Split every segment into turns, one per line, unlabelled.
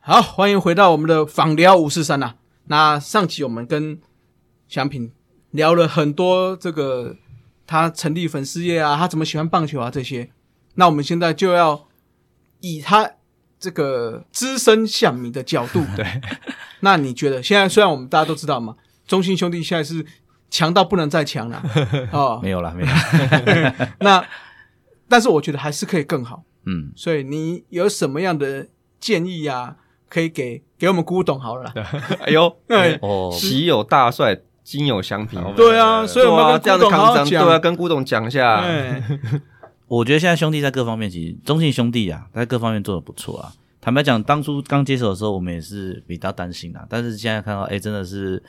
好，欢迎回到我们的访聊五四三呐。那上集我们跟祥平聊了很多这个他成立粉丝业啊，他怎么喜欢棒球啊这些。那我们现在就要以他这个资深象迷的角度，对，那你觉得现在虽然我们大家都知道嘛，中信兄弟现在是强到不能再强了哦，
没有啦，没有啦，
那但是我觉得还是可以更好。
嗯，
所以你有什么样的建议啊？可以给给我们古董好了啦。
哎呦，
对
哦，
喜有大帅，今有祥平，
对啊，所以我们
啊
要跟
这样
古董
的
好
康
好
张，对
讲。
啊，跟古董讲一下，
哎，
我觉得现在兄弟在各方面，其实中信兄弟啊，在各方面做的不错啊。坦白讲，当初刚接手的时候，我们也是比较担心啊，但是现在看到，哎，真的是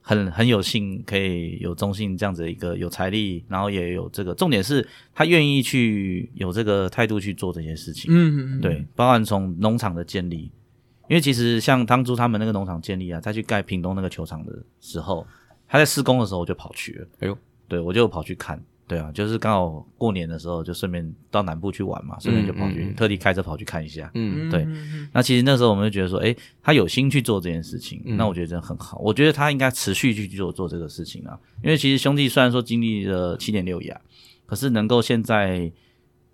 很很有幸可以有中信这样子一个有财力，然后也有这个，重点是他愿意去有这个态度去做这些事情。
嗯，嗯，
对，包含从农场的建立，因为其实像当初他们那个农场建立啊，他去盖屏东那个球场的时候，他在施工的时候我就跑去了，
哎呦，
对我就跑去看，对啊，就是刚好过年的时候就顺便到南部去玩嘛，顺便就跑去、
嗯嗯嗯
特地开车跑去看一下。
嗯，
嗯
对
嗯
那其实那时候我们就觉得说，诶，他有心去做这件事情，
嗯
那我觉得真的很好。我觉得他应该持续去做做这个事情啊，因为其实兄弟虽然说经历了七点六亚，可是能够现在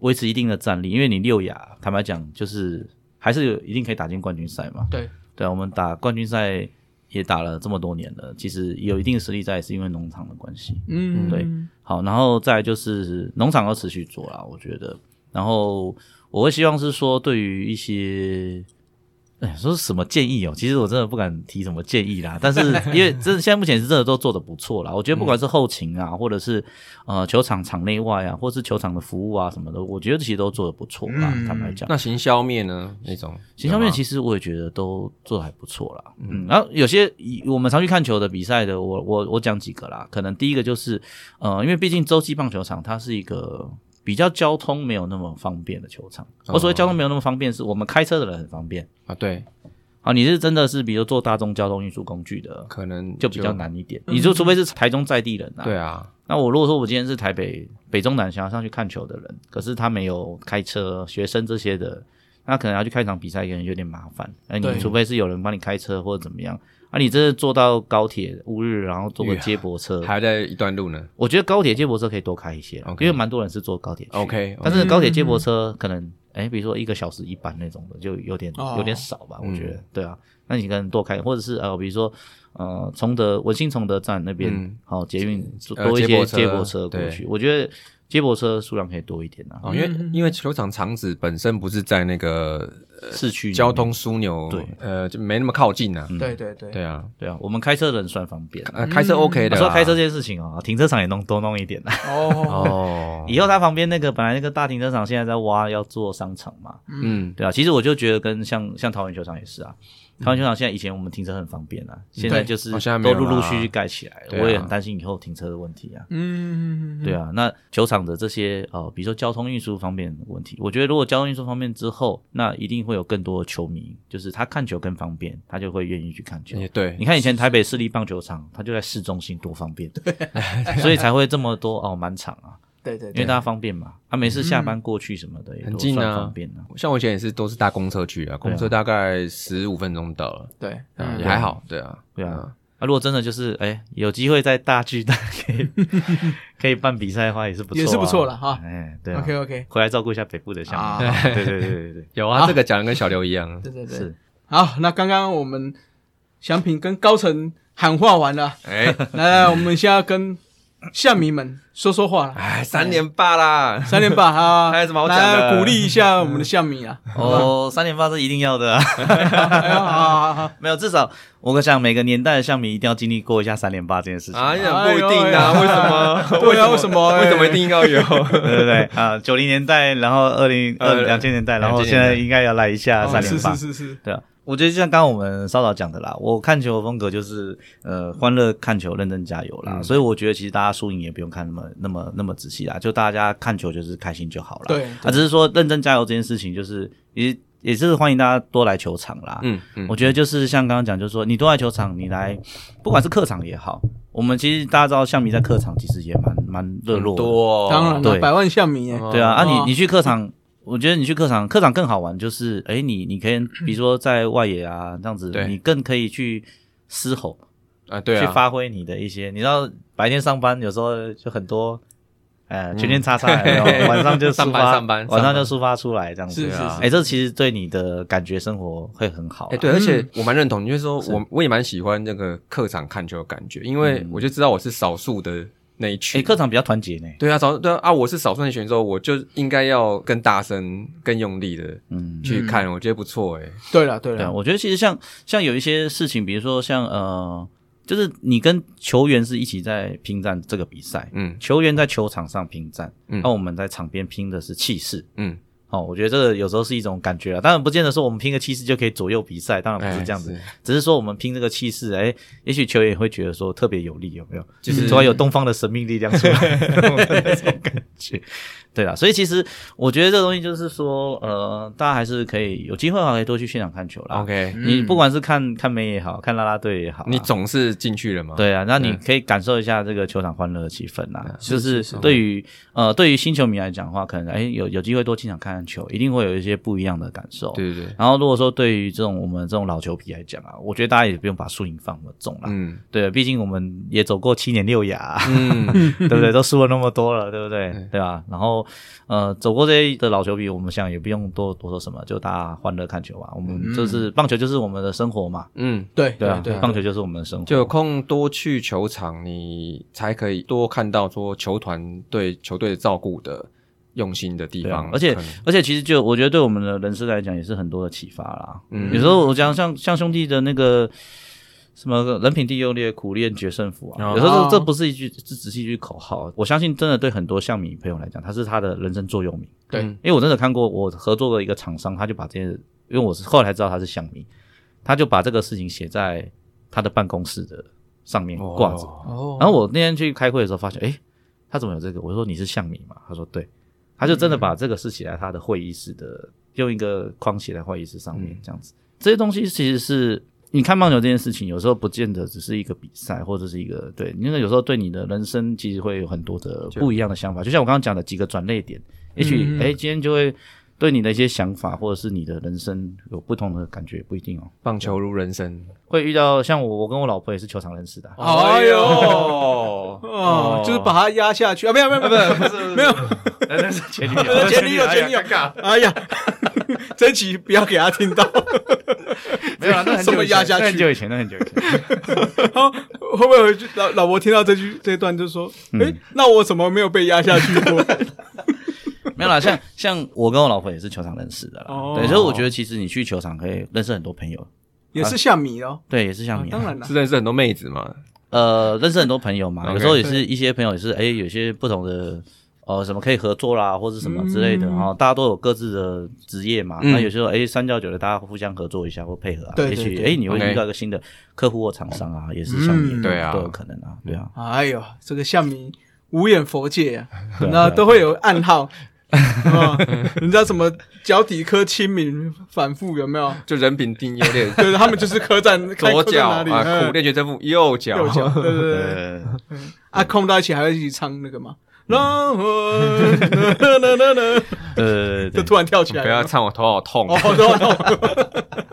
维持一定的战力，因为你六亚，坦白讲就是还是有一定可以打进冠军赛嘛。
对
对啊，我们打冠军赛也打了这么多年了，其实有一定实力在，也是因为农场的关系。
嗯，
对好，然后再来就是农场要持续做啦，我觉得。然后我会希望是说，对于一些，哎，说是什么建议哦？其实我真的不敢提什么建议啦。但是因为真的现在目前是真的都做的不错啦，我觉得不管是后勤啊，或者是呃球场场内外啊，或是球场的服务啊什么的，我觉得其实都做的不错啦。
嗯
坦白讲，
那行销面呢？那种
行销面
实
其实我也觉得都做的还不错啦。嗯，然后有些以我们常去看球的比赛的，我我我讲几个啦。可能第一个就是，呃，因为毕竟洲际棒球场它是一个比较交通没有那么方便的球场。
哦
我所谓交通没有那么方便，是我们开车的人很方便
啊，对，
啊。你是真的是比如坐大众交通运输工具的，
可能
就比较，难一点。你就除非是台中在地人啊。
对啊，
那我如果说我今天是台北北中南想要上去看球的人，可是他没有开车、学生这些的，那可能要去看一场比赛，可能有点麻烦。哎，你
对
除非是有人帮你开车或者怎么样，啊，你真的坐到高铁乌日，然后坐个接驳车，
还在一段路呢。
我觉得高铁接驳车可以多开一些啦
OK
因为蛮多人是坐高铁去
OK，
但是高铁
嗯
接驳车可能，哎、比如说一个小时一班那种的，就有点、
哦
有点少吧，我
嗯
觉得，对啊，那你可能多开，或者是呃，比如说呃，崇德文心崇德站那边
嗯，
好、捷运
呃
多一些接
接
驳
驳
车
车
过去，我觉得接驳车数量可以多一点啊，
哦，因为因为球场场址本身不是在那个
市区里面
呃交，通枢纽，
对，
呃，就没那么靠近啊。
嗯对对对
对啊，
对啊，我们开车的人算方便。啊
呃，开车 OK
我
的啦。
说开车这件事情哦，停车场也弄多弄一点啦。
哦，
哦，
以后它旁边那个本来那个大停车场现在在挖要做商场嘛，
嗯，
对啊，其实我就觉得跟像像桃园球场也是啊，桃园球场现在以前我们停车很方便啊，现在就是
哦现在没
都
有
陆陆
啦
续续盖起来了，
对啊
我也很担心以后停车的问题啊。
嗯，
对啊，那球场的这些呃，比如说交通运输方面的问题，我觉得如果交通运输方面之后，那一定会有更多的球迷，就是他看球更方便，他就会愿意去看球。
也对
你，看以前台北市立棒球场，它就在市中心，多方便，所以才会这么多哦满场啊，
对对
因为
对，
大家方便嘛，他、每次下班过去什么的也
嗯很
都
近
算
啊
方便啊。
像我以前也是都是搭公车去啊，公车大概十五分钟到了，
对，
啊
嗯
也还好，对啊，
对啊，啊，如果真的就是哎、有机会在大巨蛋 可以可以办比赛的话，也是不错、啊，
也是不错了哈
哎、对、啊、
，OK OK，
回来照顾一下北部的项目。
啊
对对对对对，
有啊，这个讲的跟小刘一 样，
对对 对
是，
好，那刚刚我们祥平跟高层喊话完 了，
哎
来来，我们现在要跟象迷们说说话 了，
哎，三连霸啦，
三连霸哈，
还有什么好讲的
来鼓励一下我们的象迷啊，
哦，三连发是一定要的、啊，
哎呀，好好好，
没有，至少我想每个年代的项迷一定要经历过一下三连发这件事情。
啊，也
哎
不一
呦
定啊，
哎
为什么？
对啊，为什么？
为什么一哎定要有？
对对对啊，九零年代，然后二零二
呃
两千年代，然后
2000
现在应该要来一下
哦
三
是
连发。
是是是，
对啊，我觉得就像刚刚我们稍早讲的啦，我看球的风格就是呃欢乐看球，认真加油啦。所以我觉得其实大家输赢也不用看那么那么那么仔细啦，就大家看球就是开心就好了。
对
啊，只是说认真加油这件事情，就是也也是欢迎大家多来球场啦。
嗯嗯，
我觉得就是像刚刚讲，就是说你多来球场，你来不管是客场也好，我们其实大家知道，象迷在客场其实也蛮蛮热络的。
多哦
当然了，
对
百万象迷耶，
对啊，啊你
哦
你去客场，我觉得你去客场，客场更好玩，就是哎，你你可以，比如说在外野啊这样子，
对
你更可以去嘶吼，
啊，对
去
啊，
发挥你的一些。你知道白天上班有时候就很多，呃，圈圈叉叉，然 后晚上就抒发
嗯上班上班
晚上
上
就
班
抒发出来这样子。
是是
啊
是，
哎，这其实对你的感觉生活会很好啊啦。
哎、对，而且我蛮认同，就是嗯说我我也蛮喜欢那个客场看球的感觉，因为我就知道我是少数的那一群。
哎，客场比较团结呢。
对啊，少对啊啊，我是少数那一群之后，我就应该要更大声、更用力的
嗯，
去看，我觉得不错哎、
对了对
对啊，
了，
我觉得其实像像有一些事情，比如说像呃，就是你跟球员是一起在拼战这个比赛，
嗯
球员在球场上拼战，那、
嗯
我们在场边拼的是气势。
嗯，
哦，我觉得这个有时候是一种感觉啊，当然不见得说我们拼个气势就可以左右比赛，当然不是这样子，
哎
只是说我们拼这个气势，哎，也许球员也会觉得说特别有力，有没有？
就是
突然有东方的神秘力量出 来那种感觉，对啊啦，所以其实我觉得这东西就是说，呃，大家还是可以有机会的话可以多去现场看球啦。
嗯 OK，、
你不管是看看妹也好看啦啦队也好啊，
你总是进去了吗？，
对啊，那你可以感受一下这个球场欢乐的气氛啦。就是是
是
对于呃对于新球迷来讲的话，可能哎有有机会多进场看看球，一定会有一些不一样的感受。
对对对，
然后如果说对于这种我们这种老球皮来讲啊，我觉得大家也不用把输赢放那么重啦。
嗯
对，啊毕竟我们也走过七年六亚 啊、
嗯，
对不对？都输了那么多了，对不对？对吧？然后呃，走过这些的老球迷，我们想也不用多多说什么，就大家欢乐看球吧。我们就是、棒球就是我们的生活嘛，
嗯，
对
嗯对啊
对，
棒球就是我们的生活。
就有空多去球场，你才可以多看到说球团对球队照顾的用心的地
对啊
方，，
而且
可能
而且其实就我觉得对我们的人士来讲也是很多的启发啦。
嗯
有时候我讲像像兄弟的那个什么人品第六列，苦练决胜负啊，
哦
有时候这这不是一句，这只是一句口号。我相信真的对很多象迷朋友来讲，它是他的人生座右铭。
对
嗯
因为我真的看过我合作的一个厂商，他就把这些，因为我是后来才知道他是象迷，他就把这个事情写在他的办公室的上面挂着。
哦
哦，
然后我那天去开会的时候发现，诶，他怎么有这个？我说你是象迷嘛？他说对，他就真的
嗯
把这个事写在他的会议室的，用一个框写在会议室上
嗯
面，这样子。这些东西其实是你看棒球这件事情，有时候不见得只是一个比赛或者是一个对，因为有时候对你的人生其实会有很多的不一样的想法。就像我刚刚讲的几个转捩点，也许
嗯
诶，今天就会。对你的一些想法，或者是你的人生有不同的感觉，不一定哦。
棒球如人生。
会遇到像我，我跟我老婆也是球场认识的啊、
哎呦
哦
哦，就是把它压下去啊，没有没有没有，不是没有，
那是前女友
前女友前女友，哎呀， 这期不要给他听到，
没有啦，啊那很久
这么
以前
压下去
那很久以前，那很久以前。
会不会回去老老婆听到这句这段就说，哎，那我怎么没有被压下去过？
没有啦，像像我跟我老婆也是球场认识的啦。
哦
对，所以我觉得其实你去球场可以认识很多朋友，
也是像米哦，
对，也是像你、啊
当然了
是，认识很多妹子嘛？
呃，认识很多朋友嘛。
OK
有时候也是一些朋友也是，哎，有些不同的。呃，什么可以合作啦，或者什么之类的
嗯
哈、大家都有各自的职业嘛。那、有时候哎，三教九流，大家互相合作一下或配合啊。
对对
也许
对
哎，你会
OK
遇到一个新的客户或厂商啊，也是像你、
嗯
对啊
都有可能啊，对啊。
哎呦，这个像米无眼佛界啊，
对啊
那都会有暗号。啊，人家什么脚底科清明反复有没有？，
就人品定优劣
就是他们就是科战开
左
科在
脚
哪里
啊，苦
嗯
练决胜负，右脚，
右脚，对对对，
呃，
啊，空到一起还会一起唱那个嘛，让我呐呐呐呐
对对
就
对，
突然跳起来，
不要唱我头好痛
哦，。好痛好痛。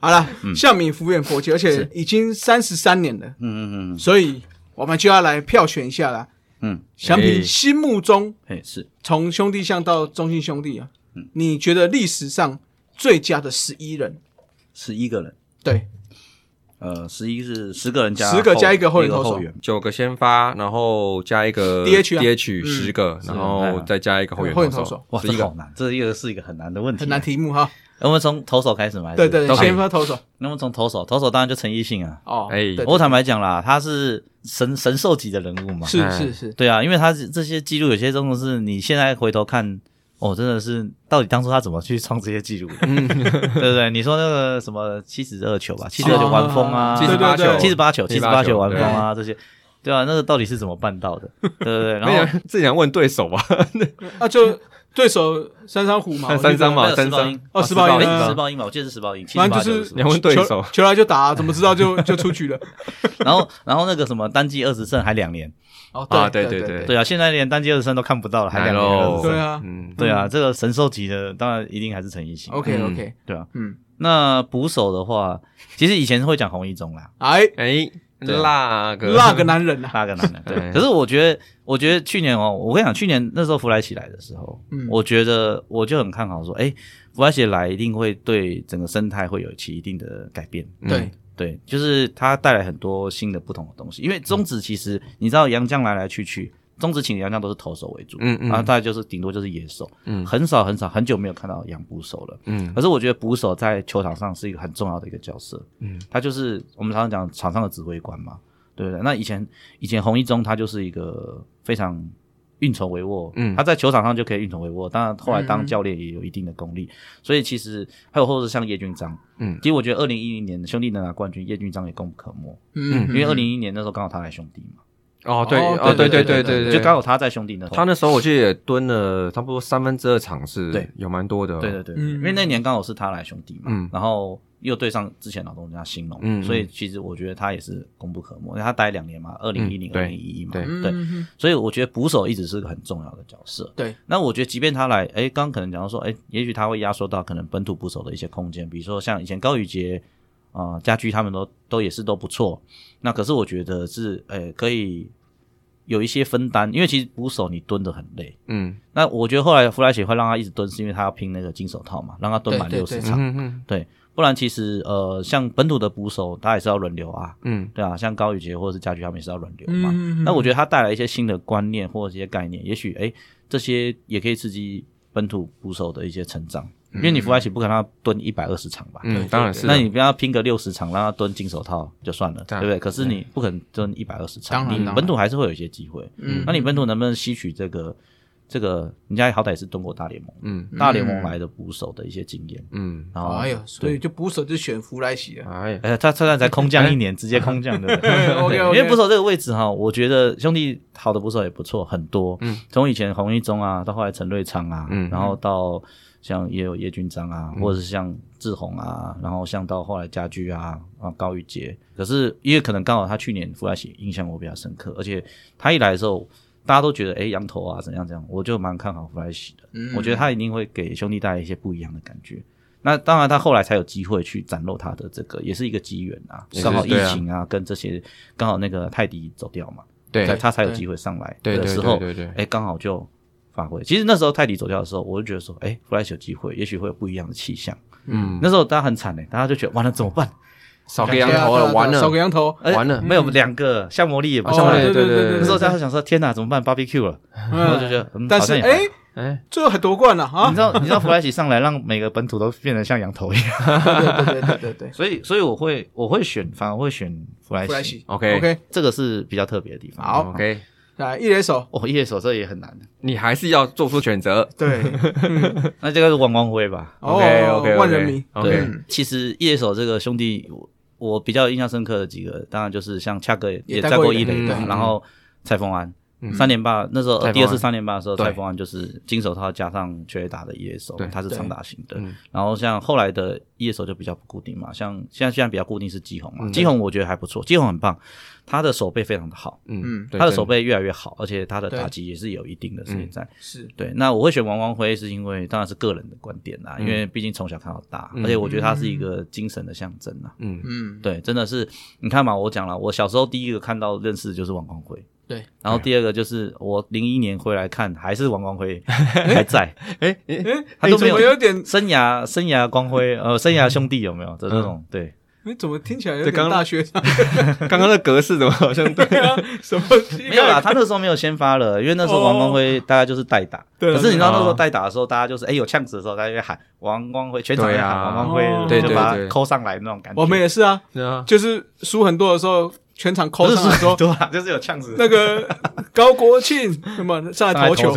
好了，向米福远佛界，而且已经三十三年了，
嗯嗯嗯，
所以我们就要来票选一下啦。
嗯，
想比
哎
心目中
哎是，
从兄弟象到中信兄弟啊，你觉得历史上最佳的十一人？
十一个人，
对，
呃，十一是十个人加
10个加一个后
后
援投手
援，
九个先发，然后加一个
DH 啊嗯
DH 十个，然后再加一个后援
后援投
手
手，
哇，
十一
这
个
好难，啊这一个是一个很难的问题，啊
很难。题目哈。
我们从投手开始嘛，还
对
是
对，对，
都可以
先发投手
那么从投手，投手当然就陈奕迅啊。
哦，
哎
对对
我坦白讲啦，他是神神兽级的人物嘛，
是
哎
是是，
对啊，因为他是这些记录有些真的是你现在回头看，哦，真的是到底当初他怎么去创这些记录的， 对不对？你说那个什么七十二球吧，七十二球完封啊，
哦
七十八
对对
球，
对
七十八球、七十八球完封
对
啊，这些， 对啊，那个到底是怎么办到的，对不对？然
没
后
想自己想问对手吧？
啊那就对手三山虎嘛，我记得
三山嘛
还有
三
十报
三
英
哦
十
十报
英
英
哎
嗯
十报英吧，我记得是十报英，七
反
十
正
八
就是
九十
你要问对手
球球来就打，怎么知道就就出局了？
然后然后那个什么单季二十胜还两年，
哦，
啊
对
对对
对
对啊，现在连单季二十胜都看不到了，还两年
来
二
咯
十胜，
对啊
嗯，
对啊，这个神兽级的当然一定还是陈奕迅，
，OK OK，
对啊。
嗯，
那捕手的话，其实以前会讲洪一中啦，
哎，
哎，
对啊
那个
那个男人啊，
那个男的，对。
对
可是我觉得，我觉得去年哦，我跟你讲，去年那时候弗莱奇来的时候，
嗯
我觉得我就很看好说，哎，弗莱奇来一定会对整个生态会有其一定的改变。
嗯
对，
对，就是他带来很多新的不同的东西。因为中职其实你知道，洋将来来去去，中职请的洋将都是投手为主，
嗯嗯
然后大概就是顶多就是野手，
嗯
很少很少很久没有看到洋捕手了。
嗯
可是我觉得捕手在球场上是一个很重要的一个角色，
嗯，
他就是我们常常讲场上的指挥官嘛，对不对？那以前以前洪一中他就是一个非常运筹帷幄，
嗯
他在球场上就可以运筹帷幄，当然后来
嗯
当教练也有一定的功力，所以其实还有或者是像叶俊章，
嗯
其实我觉得二零一零年兄弟能拿冠军，叶俊章也功不可没，
嗯，
因为二零一年那时候刚好他来兄弟嘛，
哦对
哦
哦
对
对
对对
对对
对
对对，
就刚好他在兄弟那时候
他那时候我记得也蹲了差不多三分之二场次，
对，
有蛮多的。
对对对，
嗯
因为那年刚好是他来兄弟嘛，
嗯
然后又对上之前老东家兴隆，
嗯嗯
所以其实我觉得他也是功不可没，因为他待两年嘛，二零一零、
嗯
二
对
零一一嘛，
对
嗯
对，
嗯
所以我觉得捕手一直是个很重要的角色。
对，
那我觉得即便他来，哎，刚刚可能讲到说，哎，也许他会压缩到可能本土捕手的一些空间，比如说像以前高宇杰。啊、家居他们都都也是都不错，那可是我觉得是，呃，可以有一些分担，因为其实捕手你蹲得很累，
嗯
那我觉得后来弗莱奇会让他一直蹲，是因为他要拼那个金手套嘛，让他蹲满
对
六
对
十
对
场。
嗯嗯
不然其实呃，像本土的捕手，他也是要轮流啊，
嗯
对啊，像高宇杰或者是家驹他们也是要轮流嘛。
嗯，
那我觉
得
得他带来一些新的观念或者一些概念，也许哎，这些也可以刺激本土捕手的一些成长，因
嗯
为你弗莱奇不可能让他蹲一百二十场吧。
对对
嗯，当然是啊。
那你不要拼个六十场，让他蹲金手套就算了，对
当然
不对？可是你不可能蹲一百二十
当
场，
然
你
当然
本土还是会有一些机会。
嗯
那你本土能不能吸取这个这个？人家好歹也是蹲过大联盟，
嗯
大联盟来的捕手的一些经验。
嗯，
然后，
哎呦，所以就捕手就选弗莱奇了，
哎呀，
呃，他他他才空降一年，直接空降的。
OK，OK
因为捕手这个位置哈，我觉得兄弟好的捕手也不错，很多。
嗯，
从以前洪一中啊，到后来陈瑞昌啊，
嗯
然后到像也有叶军章啊，或者是像志宏啊，然后像到后来家居啊啊高宇杰，可是因为可能刚好他去年弗莱奇印象我比较深刻，而且他一来的时候。大家都觉得哎，羊头啊怎样怎样，我就蛮看好弗莱奇的。
嗯
我觉得他一定会给兄弟带来一些不一样的感觉。那当然，他后来才有机会去展露他的这个，也是一个机缘啊
也，是
刚好疫
对啊
情啊，跟这些刚好那个泰迪走掉嘛，
对
才他才有
对
机会上来
对
的
对
时候
对对对，
哎，刚好就发挥。其实那时候泰迪走掉的时候，我就觉得说，哎，弗莱奇有机会，也许会有不一样的气象。
嗯，
那时候大家很惨嘞，欸大家就觉得完了怎么办？
少个羊头了，完
啊少
了
个，羊头，
哎
完了
没有两个，像魔力也不
哦
上来。
对
对
对
对，
那时候
在，
大家想说，天哪，怎么办？BBQ 了，然后就觉得，嗯，
但
好
是
像也还
哎，
哎，
最后还夺冠了
好
啊
你知！道你知道弗莱奇上来，让每个本土都变得像羊头一样。
对对对对对对
所以，所以我会我会选，反而会选弗莱
对，
西，
弗 莱奇
OK
OK，
这个是比较特别的地方。
好
，OK，
来一垒手，
哦，夜手这也很难，
你还是要做出选择。
对
那这个是王光辉吧？
哦
OK，OK，OK，
万人迷，嗯
对
OK，，
其实夜手这个兄弟，我我比较印象深刻的几个，当然就是像恰哥也
也
也
带
带
过
过
一
一
垒嗯
垒嘛，
对
然后蔡峰安。
嗯
三连霸那时候
蔡峰安
第二次三连霸的时候，
对
蔡峰安就是金手套加上全垒打的野手
对，
他是长打型的
对嗯。
然后像后来的野手就比较不固定嘛，像现在现在比较固定是基宏嘛，
嗯
基宏我觉得还不错，基宏很棒，他的手背非常的好，
嗯
嗯，
对
他的手，
真
背越来越好，而且他的
对
打击也是有一定的时间在。
是
对，那我会选王光辉，是因为当然是个人的观点啦，
嗯
因为毕竟从小看到大，
嗯
而且我觉得他是一个精神的象征啊。
嗯
嗯
对，真的是，你看嘛，我讲了，我小时候第一个看到认识的就是王光辉，
对，
然后第二个就是我零一年回来看，还是王 光辉还在，
哎哎
哎，
他
你
都
怎
没有
么有点？
生涯生涯光辉，呃，生涯兄弟有没有的
嗯
那种？对，
你怎么听起来有
这
点
刚
大学生？
刚刚的格式怎么好像对？
什么
没有啦，他那时候没有先发了，因为那时候王光辉大概就是代打。
哦对啊
可是你知道
对
那
啊
时候代打的时候，大家就是哎有呛子的时候，大家就会喊王光辉，全场就
对
喊
啊
王光辉，
哦对
就
对
把他
对
扣上来那种感觉。
我们也是啊，
是啊，
就是输很多的时候，全场
不
扣
是
上来
说
说
多
啊
啦，就是有呛子
那个高国庆什么上
上来
来投球，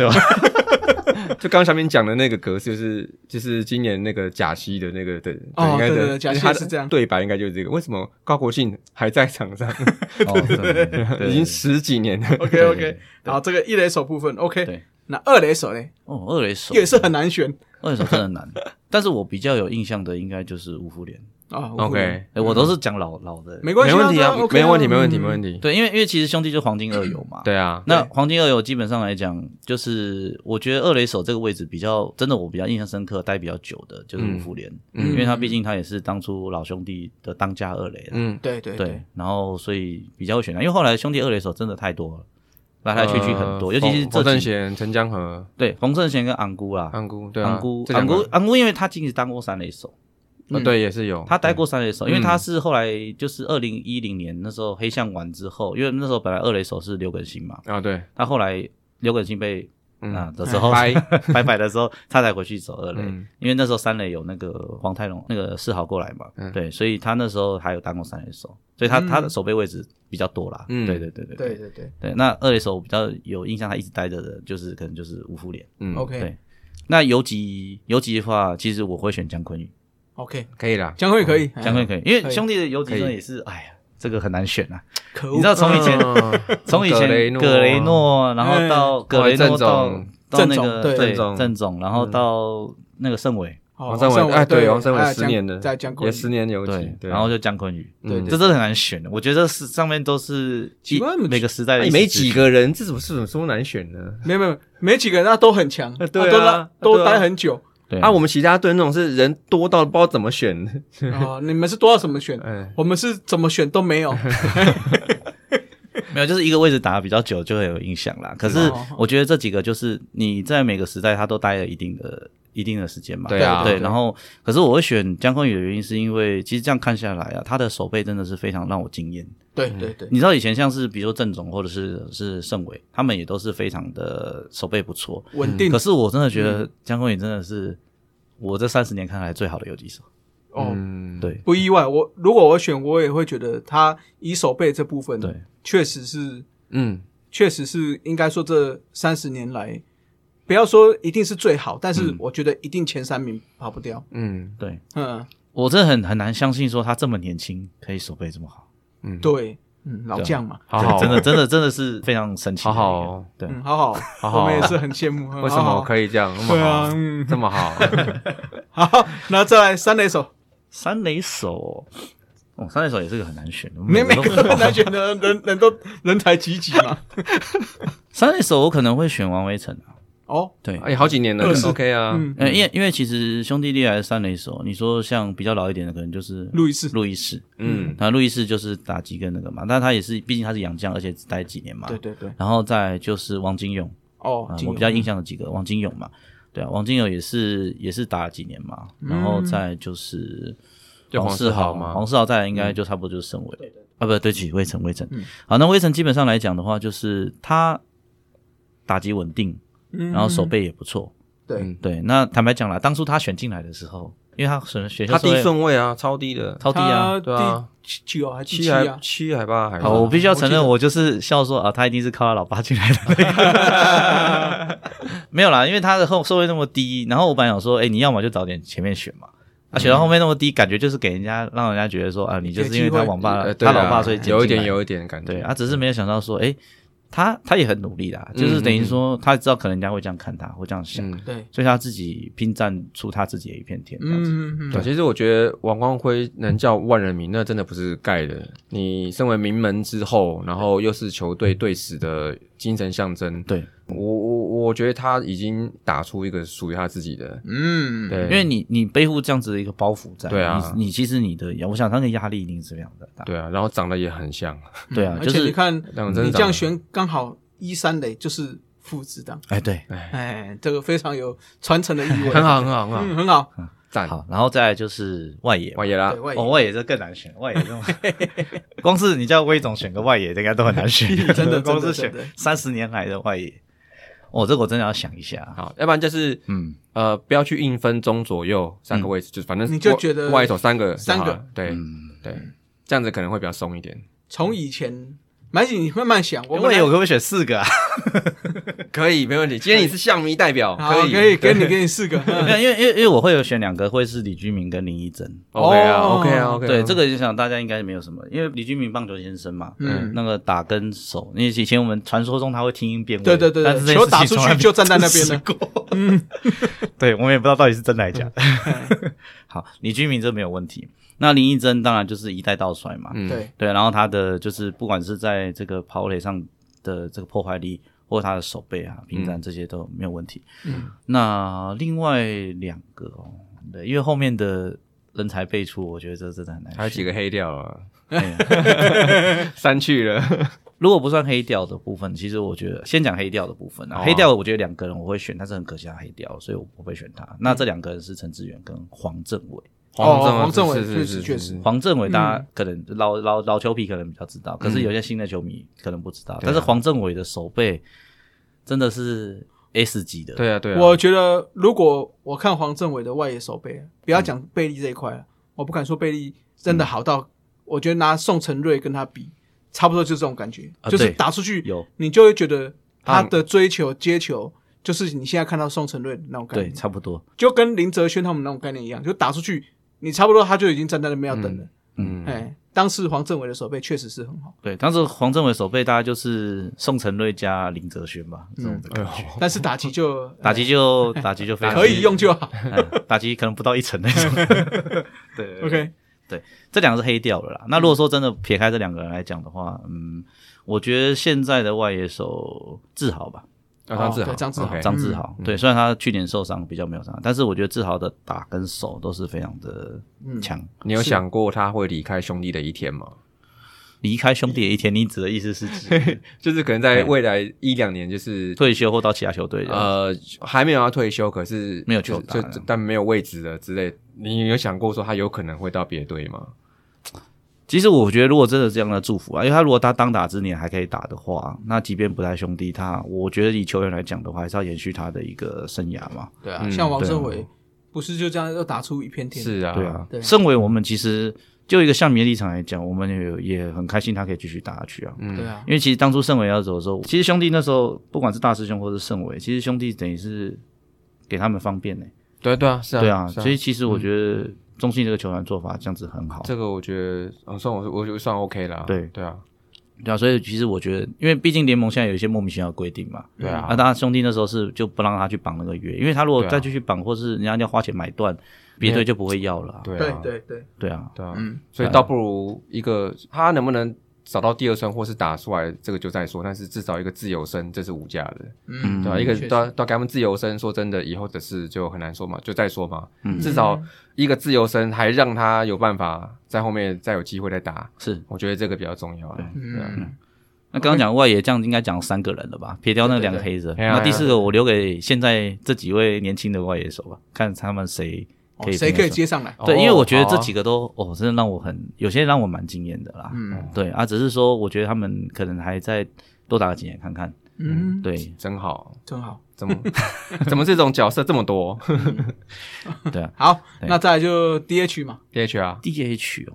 就刚刚下面讲的那个格式，就是就是今年那个贾西的那个对，
哦
应该
对对
的
对贾西
他的
是这样
对白应该就是这个。为什么高国庆还在场上？
哦对对对对
已经十几年了。
OK OK，好，这个一垒手部分 OK，
对
那二垒手嘞
哦，二垒手
也是很难选
二垒手真的难， 但是我比较有印象的应该就是吴福连，
啊。吴福源
OK，
哎，我都是讲老老的，
没关系，
嗯没问题
啊
啊，
这样，OK 啊，
没有问题，没问题，
嗯
没问题。
对，因为因为其实兄弟就黄金二游嘛，
对啊，
那黄金二游基本上来讲，就是我觉得二垒手这个位置比较真的，我比较印象深刻，待比较久的就是吴福连，
嗯
因为他毕竟他也是当初老兄弟的当家二垒啦，
嗯，
对对
对，然后所以比较会选他，因为后来兄弟二垒手真的太多了，来来去去很多，
呃
尤其是
冯冯
这
正
几
贤、陈江河、
对洪胜贤跟昂姑啦，
安姑，对啊，
昂姑
这
昂
两
姑嗯
个，
昂姑，因为他其实当过三垒手，
呃对，也是有
他待过三垒手，因为
嗯
他是后来就是二零一零年那时候黑象完之后，因为那时候本来二垒手是刘耿兴嘛，
啊，对，
他后来刘耿兴被
嗯
啊的时候，
拜
拜拜的时候，他才回去走二垒，
嗯
因为那时候三垒有那个黄泰龙那个世豪过来嘛，
嗯
对，所以他那时候还有当过三垒手，所以他、
嗯
他的守备位置比较多啦。
嗯
对对对对
对对对
对那二垒手我比较有印象，他一直待着的就是可能就是吴福连。
嗯
，OK
对，那游击游击的话，其实我会选江坤宇，
OK，
可以啦，
江辉可以，哎
江坤宇可以，
嗯
因
可
为
以呃
兄弟的游击真
可
的
以
也是，哎呀，这个很难选啊。
可恶，
你知道从以前
嗯
从以前
葛雷诺哦
葛雷诺，然后到葛雷诺
郑
到
总
到那
嗯郑
个
总对
对
郑总
郑总，然后
嗯
到那个盛伟，
哦
王胜伟，哎，对，王胜伟
哎
十
江
年的，
在江坤
也十年游击，对，
然后就江坤宇，
嗯
对对
这真的很难选的。我觉得是上面都是
奇
一
怪你们
每个时代的
哎
一时
没
之
几
选，
个人，这怎么是怎么这么难选呢？
没有没有没几个人，那都很强，
呃对啊
都拉都
对啊
待很 久。
对
啊，我们其他队那种是人多到不知道怎么 选，
哦，你们是多少怎么选？
嗯，
我们是怎么选都没 有。
没有就是一个位置打的比较久就会有影响啦。可是
哦
我觉得这几个就是你在每个时代他都待了一定的一定的时间嘛，
对啊，
对，然后可是我会选江坤宇的原因是因为其实这样看下来啊，他的手背真的是非常让我惊艳。
对对对，
你知道以前像是比如说郑总或者是是盛伟，他们也都是非常的手背不错，
稳定
可是我真的觉得江坤宇真的是我这三十年看来最好的游击手。
哦，
嗯，
对
不意外。我如果我选，我也会觉得他以手背这部分，
对，
确实是，
嗯，
确实是应该说这三十年来，不要说一定是最好，但是我觉得一定前三名跑不掉。
嗯
对
嗯，
我真的很很难相信说他这么年轻可以手背这么好，
嗯，，
对，嗯，老将嘛，
好好，
对真的真的真的是非常神奇的一个。
好好哦
对，
嗯，好好，
好好
我们也是很羡慕。嗯
为什
好
么
好
可以这样那
对啊，
么
嗯
好，，这么 好？
好，那再来三垒手，
三垒手，哦，三垒手也是个很难选的，
每每
都
个很难选的人人都人才济济嘛。
三垒手我可能会选王威成啊。
哦，
对，
哎，好几年了
二十
，OK 啊，
嗯，
呃，因为因为其实兄弟历来的三垒手，你说像比较老一点的，可能就是
路易斯，
路易士，
嗯
那路易士就是打击跟那个嘛，但他也是，毕竟他是洋将，而且只待几年嘛。
对对对，
然后再来就是王金勇，
啊哦
啊，
金
我
勇
比较印象的几个，王金勇嘛，对啊，王金勇也是也是打了几年嘛，
嗯
然后再就是
就黄
世
世
豪
豪嘛
黄世豪再来应
嗯
该就差不多就是盛伟了、啊，不对不起，魏晨魏晨，好，那魏晨基本上来讲的话，就是他打击稳定，
嗯
然后手背也不错，
对
嗯
对，那坦白讲啦，当初他选进来的时候，因为他选选秀
他第一
顺位
顺位啊，超低的，
哎超低啊。
他
对啊
第七九还是第
七
七
还
啊？
七还八还是
好，我必须要承
我
认，
记得
我就是笑说啊，他一定是靠他老爸进来的那 个。 没有啦，因为他的后收位那么低，然后我本来想说，哎、你要么就早点前面选嘛，啊，选到
嗯
后面那么低，感觉就是给人家让人家觉得说啊，你就是因为他网吧
呃对
他
啊
老爸所以捡
有一
进
点
来
有一点感觉，
对啊，只是没有想到说，哎、他他也很努力啦，就是等于说他知道可能人家会这样看他，会这样想，
嗯
对，
所以他自己拼战出他自己的一片天，这样子。
嗯嗯
对，
嗯，
其实我觉得王光辉能叫万人迷，那真的不是盖的。你身为名门之后，然后又是球队队史的精神象征，
对，
我我我觉得他已经打出一个属于他自己的，
嗯，
对，
因为你你背负这样子的一个包袱在，
对啊
你你其实你的，我想他的压力一定是非常的大，
对啊，然后长得也很像，
对啊，
嗯而
就
且你
是
看
两个真的
你这样
长
选，刚好一三垒就是父子档，
哎对，
哎，这个非常有传承的意味，
得 很，好很好很好，
嗯，很好，
赞，
好，然后再来就是外野嘛，
外野啦
对，，外
哦
野，
外野这更难选，外野这种， 光是你叫魏总选个外野，应该都很难选
真的
光是
真
选
的真的
三十年来的外野，哦，这个我真的要想一下，
好，要不然就是
嗯，
呃，不要去硬分中左右三个位置，嗯就是反正
你就
外
觉得
外手三个嗯就
三
好
个
了，对
嗯
对，这样子可能会比较松一点。
从以前。蛮紧，你慢慢想，我
外
们
野
来
我 可不可以选四个啊？
可以，没问题。今天你是象迷代表，
好，
以，
可
可
以给你给你四个，嗯
没有，因为因为因为我会有选两个，会是李居明跟林义珍。
OK 啊
哦
，OK 啊，OK 啊。
对，这个就想大家应该没有什么，因为李居明棒球先生嘛，
嗯，
那个打跟手，因为以前我们传说中他会听音辨位，
对对对
但是这
球打出
件事情从来
去
没
就站在那边
证
了嗯
实，过。 对，我们也不知道到底是真的还是假的。 好，李居明这没有问题。那林义珍当然就是一代道帅嘛，
嗯
对，
对，然后他的就是不管是在这个跑垒上的这个破坏力，或者他的手背啊、平展这些都没有问题。
嗯，
那另外两个哦，对，因为后面的人才辈出，我觉得这真的很难选。
还有几个黑掉了，
哎
删去了。
如果不算黑调的部分，其实我觉得先讲黑调的部分啊。
好啊
黑调我觉得两个人我会选，但是很可惜他黑掉，所以我不会选他。那这两个人是陈志远跟黄政伟。
哦
正
黄政
是
伟
是
确实
是
确
是
实
是
黄政伟大家可能老、老老球皮可能比较知道，可是有些新的球迷可能不知道。但是黄政伟的手背真的是 S 级的，
对啊对啊。
我觉得如果我看黄政伟的外野手背，不要讲贝利这一块了，我不敢说贝利真的好到，我觉得拿宋承瑞跟他比，差不多就这种感觉，
啊
就是
对
打出去
有
你就会觉得他
嗯
的追求接球。就是你现在看到宋承瑞的那种概
对，
念，
差不多。
就跟林哲轩他们那种概念一样，就打出去，你差不多他就已经站在那边要等了。
嗯
哎、当时黄政伟的手背确实是很好，
对，当时黄政伟手背大概就是宋承瑞加林哲轩吧，这种的感
哎呦
觉。
但是打击就
打击就哦打击就非常
可以用就好。
哎打击可能不到一成那种。 对对对
OK，
这两个是黑掉了啦。那如果说真的撇开这两个人来讲的话，嗯，我觉得现在的外野手志豪吧，
啊，张志
哦
豪，
对张志豪
OK
张志豪，对，虽然他去年受伤比较没有伤，但是我觉得志豪的打跟手都是非常的强。
你有想过他会离开兄弟的一天吗？
离开兄弟的一天，你指的意思是指
就是可能在未来一两年，就是
退休或到其他球队这样？
呃还没有要退休，可是
没有球打
就就但没有位置了之类。你有想过说他有可能会到别队吗？
其实我觉得，如果真的这样的祝福啊，因为他如果他当打之年还可以打的话，那即便不带兄弟，他我觉得以球员来讲的话，还是要延续他的一个生涯嘛。
对啊，
嗯
像王
对啊
政伟不是就这样又打出一片天？
是啊，
对啊
对，
身为我们其实就一个像迷的立场来讲，我们也也很开心他可以继续打下去啊。
嗯
对啊，
因为其实当初盛伟要走的时候，其实兄弟那时候不管是大师兄或是盛伟，其实兄弟等于是给他们方便呢、
对啊对啊，是啊，
对啊，
是
所以其实我觉得中信这个球团做法这样子很好。
这个我觉得，嗯，算我我就算 OK 啦。
对
对啊，
对啊，所以其实我觉得，因为毕竟联盟现在有一些莫名其妙的规定嘛。
对
那、
啊，
当然，兄弟那时候是就不让他去绑那个约，因为他如果
对啊
再继续绑，或是人家要花钱买断，别队就不会要了啊、
对
对
啊，
对对，
对啊，
对啊，
嗯，
所以倒不如一个他能不能找到第二生或是打出来，这个就再说。但是至少一个自由身，这是无价的，
嗯
对啊吧、一个
确实
到到给他们自由身，说真的，以后的事就很难说嘛，就再说嘛。至少一个自由身还让他有办法在后面再有机会再打，
是。
我觉得这个比较重要啊。对啊
嗯，
那刚刚讲外野，这样应该讲三个人了吧？撇掉那两个黑子，
对对对哎
那第四个我留给现在这几位年轻的外野手吧，看他们谁可
哦
以、
谁可以？接上来？
对，因为我觉得这几
个
个都哦，真的让我很有些让我蛮惊艳的啦。
啊嗯
哦
对啊，只是说我觉得他们可能还在多打几年看看。
嗯，
对
真好，
真好。
怎 么怎么这种角色这么多
对啊
好，
对
那再来就 DH 嘛，
？DH 啊，
，DH 哦，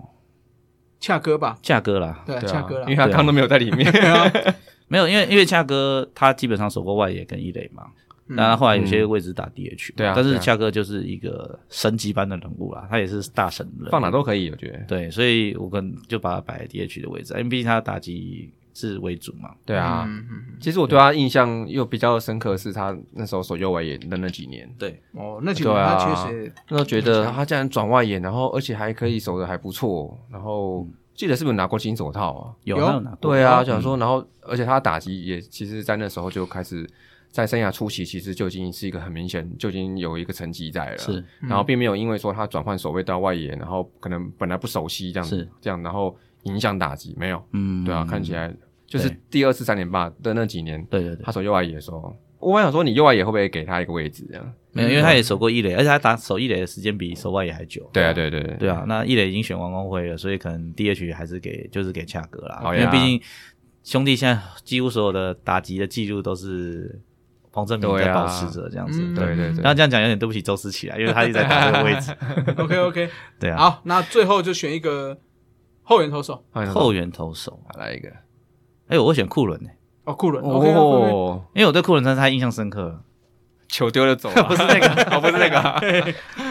恰哥吧，
价哥啦，
对，
对
恰
啊
哥，
因为
啦。
他刚都没有在里面。
没有，因为因为恰哥他基本上守过外野跟一垒嘛，
嗯
但他后来有些位置打 DH，、
嗯对啊
但是
对啊
恰哥就是一个神级般的人物啦，他也是大神人，
放哪都可以，我觉得。
对，所以我可能就把它摆在 DH 的位置，因为毕竟他的打击是为主嘛。
对啊，
嗯嗯
其实我对他印象又比较深刻是他那时候守右外野的那几年，
对，
嗯，哦，那几年
对啊
他确实
那时候觉得他竟嗯然转外野，然后而且还可以守的还不错，然后记得是不是拿过金手套啊？
有
有
他有拿过，
对啊，想说，然后而且他打击也其实，在那时候就开始在生涯初期，其实就已经是一个很明显就已经有一个成绩在了，
嗯是，
然后并没有因为说他转换守卫到外野，然后可能本来不熟悉这样
是
这样，然后影响打击没有，
嗯，
对啊，看起来就是第二次三连霸的那几年，
对对对，
他守右外野的时候，我本来想说你右外野会不会给他一个位置这啊样？
没有，因为他也守过一垒，而且他打守一垒的时间比守外野还久。
对啊，对对对
对啊，那一垒已经选王光辉了，所以可能 DH 还是给就是给恰哥啦，
好
因为
哦呀
毕竟兄弟现在几乎所有的打击的记录都是黄正明
对
在
啊
保持着这样子。
嗯
对，
对对对
那这样讲有点对不起周思齐啊，因为他一直在打这个位 置。
OK OK。
对啊，
好，那最后就选一个后援投手，
好
后援投手，
来一个
哎呦，我选库伦呢。
哦，库伦，OK，, o k
哦，
因为我对库伦真的太印象深刻了。
球丢了走啊，
不是那个，
哦，不是那个啊，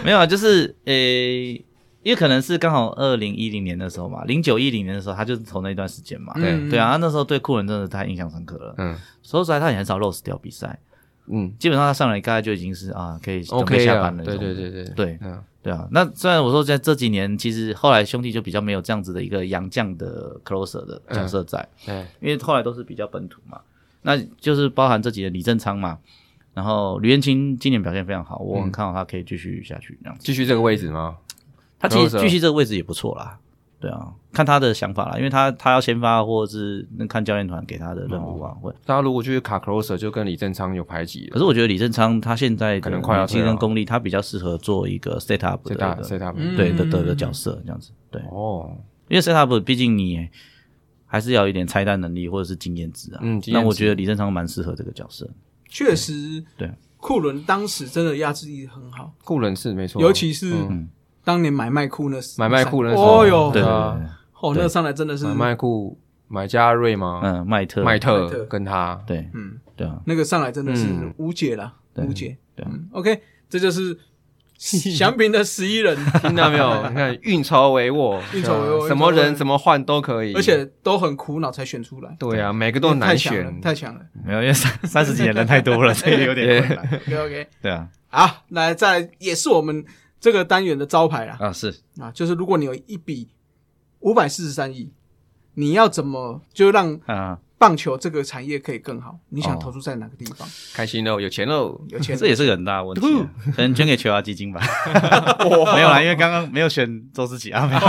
没有啊，就是呃，因为可能是刚好二零一零年的时候嘛，零九一零年的时候，他就是投那一段时间嘛。
对
嗯
对啊，他那时候对库伦真的太印象深刻了。
嗯
说实在，他也很少 lose 掉比赛，
嗯
基本上他上来大概就已经是啊，可以准备
，OK
下
啊，
班了这
对
种。
对对对对，
对
嗯
对啊，那虽然我说在这几年，其实后来兄弟就比较没有这样子的一个洋将的 closer 的角色在，
对，
因为后来都是比较本土嘛，那就是包含这几年李正昌嘛，然后吕彦青今年表现非常好，我很看好他可以继续下去这样子。
继续这个位置吗？
嗯他其实
Closer
继续这个位置也不错啦，对啊，看他的想法啦，因为他他要先发或者是那看教练团给他的任务啊，会。
大家如果去卡 closer，就跟李正昌有排挤
可
了
是我觉得李正昌他现在
可能快要退
提
了
升功力，他比较适合做一个 set up 啊的一
，set up
个
set up，
嗯
对的的的角色这样子，对。
哦，
因为 set up 毕竟你还是要有一点拆弹能力或者是经验值啊。
嗯经
那
验值
我觉得李正昌蛮适合这个角色。
确实，
对啊
库伦当时真的压制力很好，
库伦是没错啊，
尤其是
嗯
当年买卖库那时
买卖库那时候，
哦哟，
对对
啊
对对，
哦，那上来真的是
买卖库买加瑞吗？
嗯，麦特，
麦
麦特
特跟他，
对
嗯，
对啊，
那个上来真的是
嗯
无解了，
对
无解。
对啊
嗯，OK，这 就是祥平的十一人，
听到没 有？你看运筹帷幄，啊
运筹帷幄
什么
运筹帷幄
人怎么换都可以，
而且都很苦恼才选出来，
对啊，每个都很
太
难
强了
选，，
太强了。
没有，因为三三十几年人太多了，所以有点困难。
OK OK，
对啊，
好，来再来也是我们这个单元的招牌啦，
啊是，
啊，就是如果你有一笔五百四十三亿，你要怎么就让
啊，
棒球这个产业可以更好？你想
哦
投注在哪个地方？
开心喽，有钱喽，
有钱
这也是个很大的问题啊，可能捐给球牙基 金吧。没有啦，因为刚刚没有选周思琪啊，没 有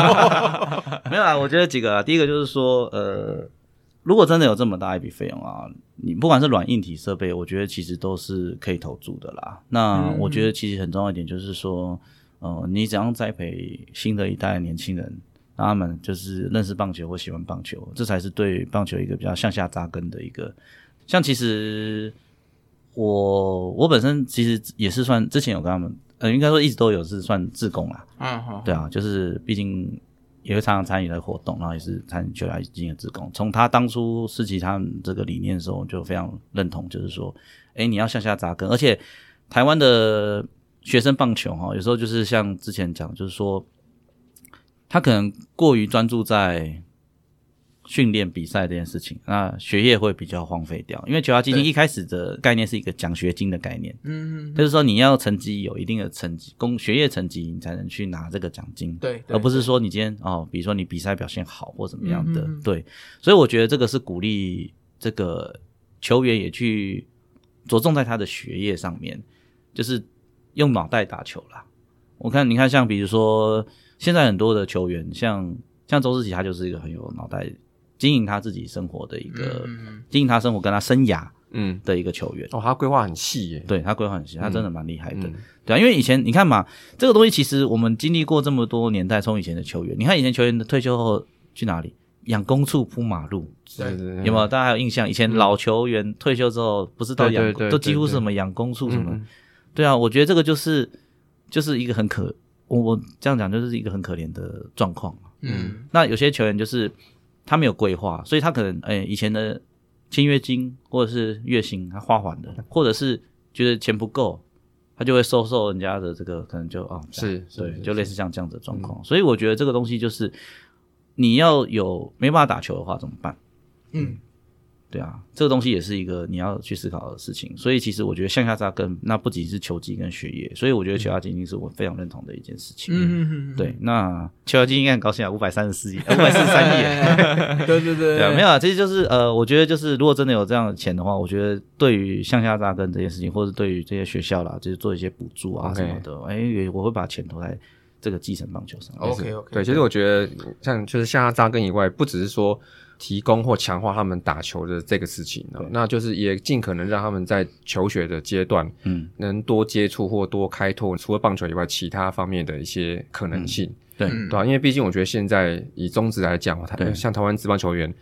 没有啦。我觉得几个啊，第一个就是说，呃，如果真的有这么大一笔费用啊，你不管是软硬体设备，我觉得其实都是可以投注的啦。那
嗯
我觉得其实很重要一点就是说，呃，你怎样栽培新的一代的年轻人，让他们就是认识棒球或喜欢棒球，这才是对棒球一个比较向下扎根的一个。像其实我我本身其实也是算之前有跟他们，呃，应该说一直都有是算自贡啦，
嗯，好，
对啊，就是毕竟也会常常参与的活动，然后也是参与球来进的自贡。从他当初试起他们这个理念的时候，我就非常认同，就是说，哎，你要向下扎根，而且台湾的学生棒球哈、有时候就是像之前讲，就是说他可能过于专注在。训练比赛这件事情，那学业会比较荒废掉，因为球牙基金
对
一开始的概念是一个奖学金的概念，
嗯，
就是说你要成绩有一定的成绩，工学业成绩，你才能去拿这个奖金。
对，对
而不是说你今天哦，比如说你比赛表现好或怎么样的，
嗯嗯嗯
对，所以我觉得这个是鼓励这个球员也去着重在他的学业上面，就是用脑袋打球啦。我看你看，像比如说现在很多的球员，像像周志奇，他就是一个很有脑袋经营他自己生活的一个、
嗯嗯嗯
经营他生活跟他生涯
嗯，
的一个球员。
哦，他规划很细耶，
对他规划很细，他真的蛮厉害的。
嗯，
对啊，因为以前你看嘛，这个东西其实我们经历过这么多年代，从以前的球员，你看以前球员的退休后去哪里？养工处铺马路，
对
对对啊嗯
有没有？大家还有印象？以前老球员退休之后，不是都养
对对对
都几乎是
对对
什么养工处什么？
嗯
对啊，我觉得这个就是就是一个很可，我我这样讲就是一个很可怜的状况。
嗯
那有些球员就是他没有规划，所以他可能哎、以前的签约金或者是月薪他花完了，或者是觉得钱不够，他就会收受人家的这个可能就哦这样
是是
对，
是
就类似像这样子的状况。所以我觉得这个东西就是你要有没办法打球的话怎么办？
嗯，
对啊，这个东西也是一个你要去思考的事情。所以其实我觉得向下扎根，那不仅是球技跟学业，所以我觉得球下精进是我非常认同的一件事情。
嗯嗯嗯，
对，那球下精应该很高兴啊，五百三十 四亿，五百四十三亿。
亿， 对对对，
对啊，没有啊，其实就是呃，我觉得就是如果真的有这样的钱的话，我觉得对于向下扎根这件事情，或者对于这些学校啦，就是做一些补助啊
OK
什么的，哎、我会把钱投在这个基层棒球上
哦
OK
面。
OK，
对，其实我觉得像就是向他扎根以外，不只是说提供或强化他们打球的这个事情、哦，那就是也尽可能让他们在求学的阶段
嗯，
能多接触或多开拓除了棒球以外其他方面的一些可能性，
对，
嗯
对、啊、因为毕竟我觉得现在以中职来讲，
对
台像台湾职棒球员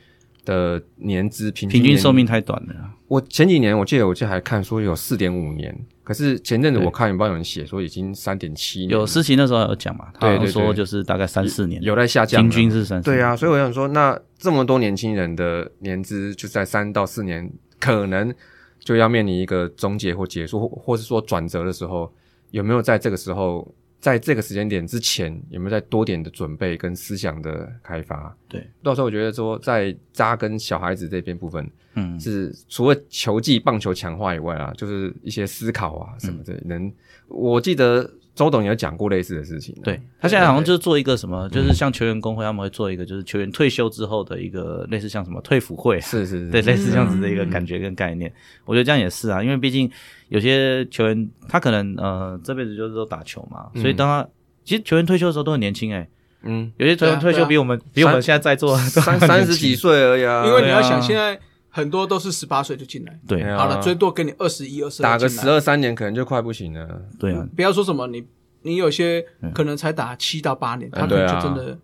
的年资平
平均
年
寿命太短了啊，
我前几年我记得我记得还看说有四点五年，可是前阵子
对
我看有帮有人写说已经三点七年了，
有思琪那时候有讲嘛，他好像
对对对
说就是大概三四年，
有在下降了，
平均是三四。
对，啊，所以我想说，那这么多年轻人的年资就在三到四年，可能就要面临一个终结或结束，或或是说转折的时候，有没有在这个时候，在这个时间点之前，有没有在多点的准备跟思想的开发？
对，
到时候我觉得说，在扎根小孩子这边部分，
嗯，
是除了球技、棒球强化以外啊，就是一些思考啊什么的，
嗯
能我记得周董也有讲过类似的事情啊、
对他现在好像
对
就是做一个什么，就是
嗯
像球员工会他们会做一个，就是球员退休之后的一个类似像什么退辅会啊，
是是是，
对，类似这样子的一个
嗯
感觉跟概念，我觉得这样也是啊，因为毕竟有些球员他可能呃这辈子就是都打球嘛，所以当他其实球员退休的时候都很年轻哎、
嗯。
有些球
对
员
啊
退休比我们、比我们现在在座都
三
还
三
年
十
轻
几，岁而已啊，
因为你
对
要
啊
想，现在很多都是十八岁就进来，
对
对啊
好了，最多给你二十一、二十
打个十，二三年可能就快不行了。
对啊，
不要说什么你你有些可能才打七到八年，他可
嗯对
能
啊
就真的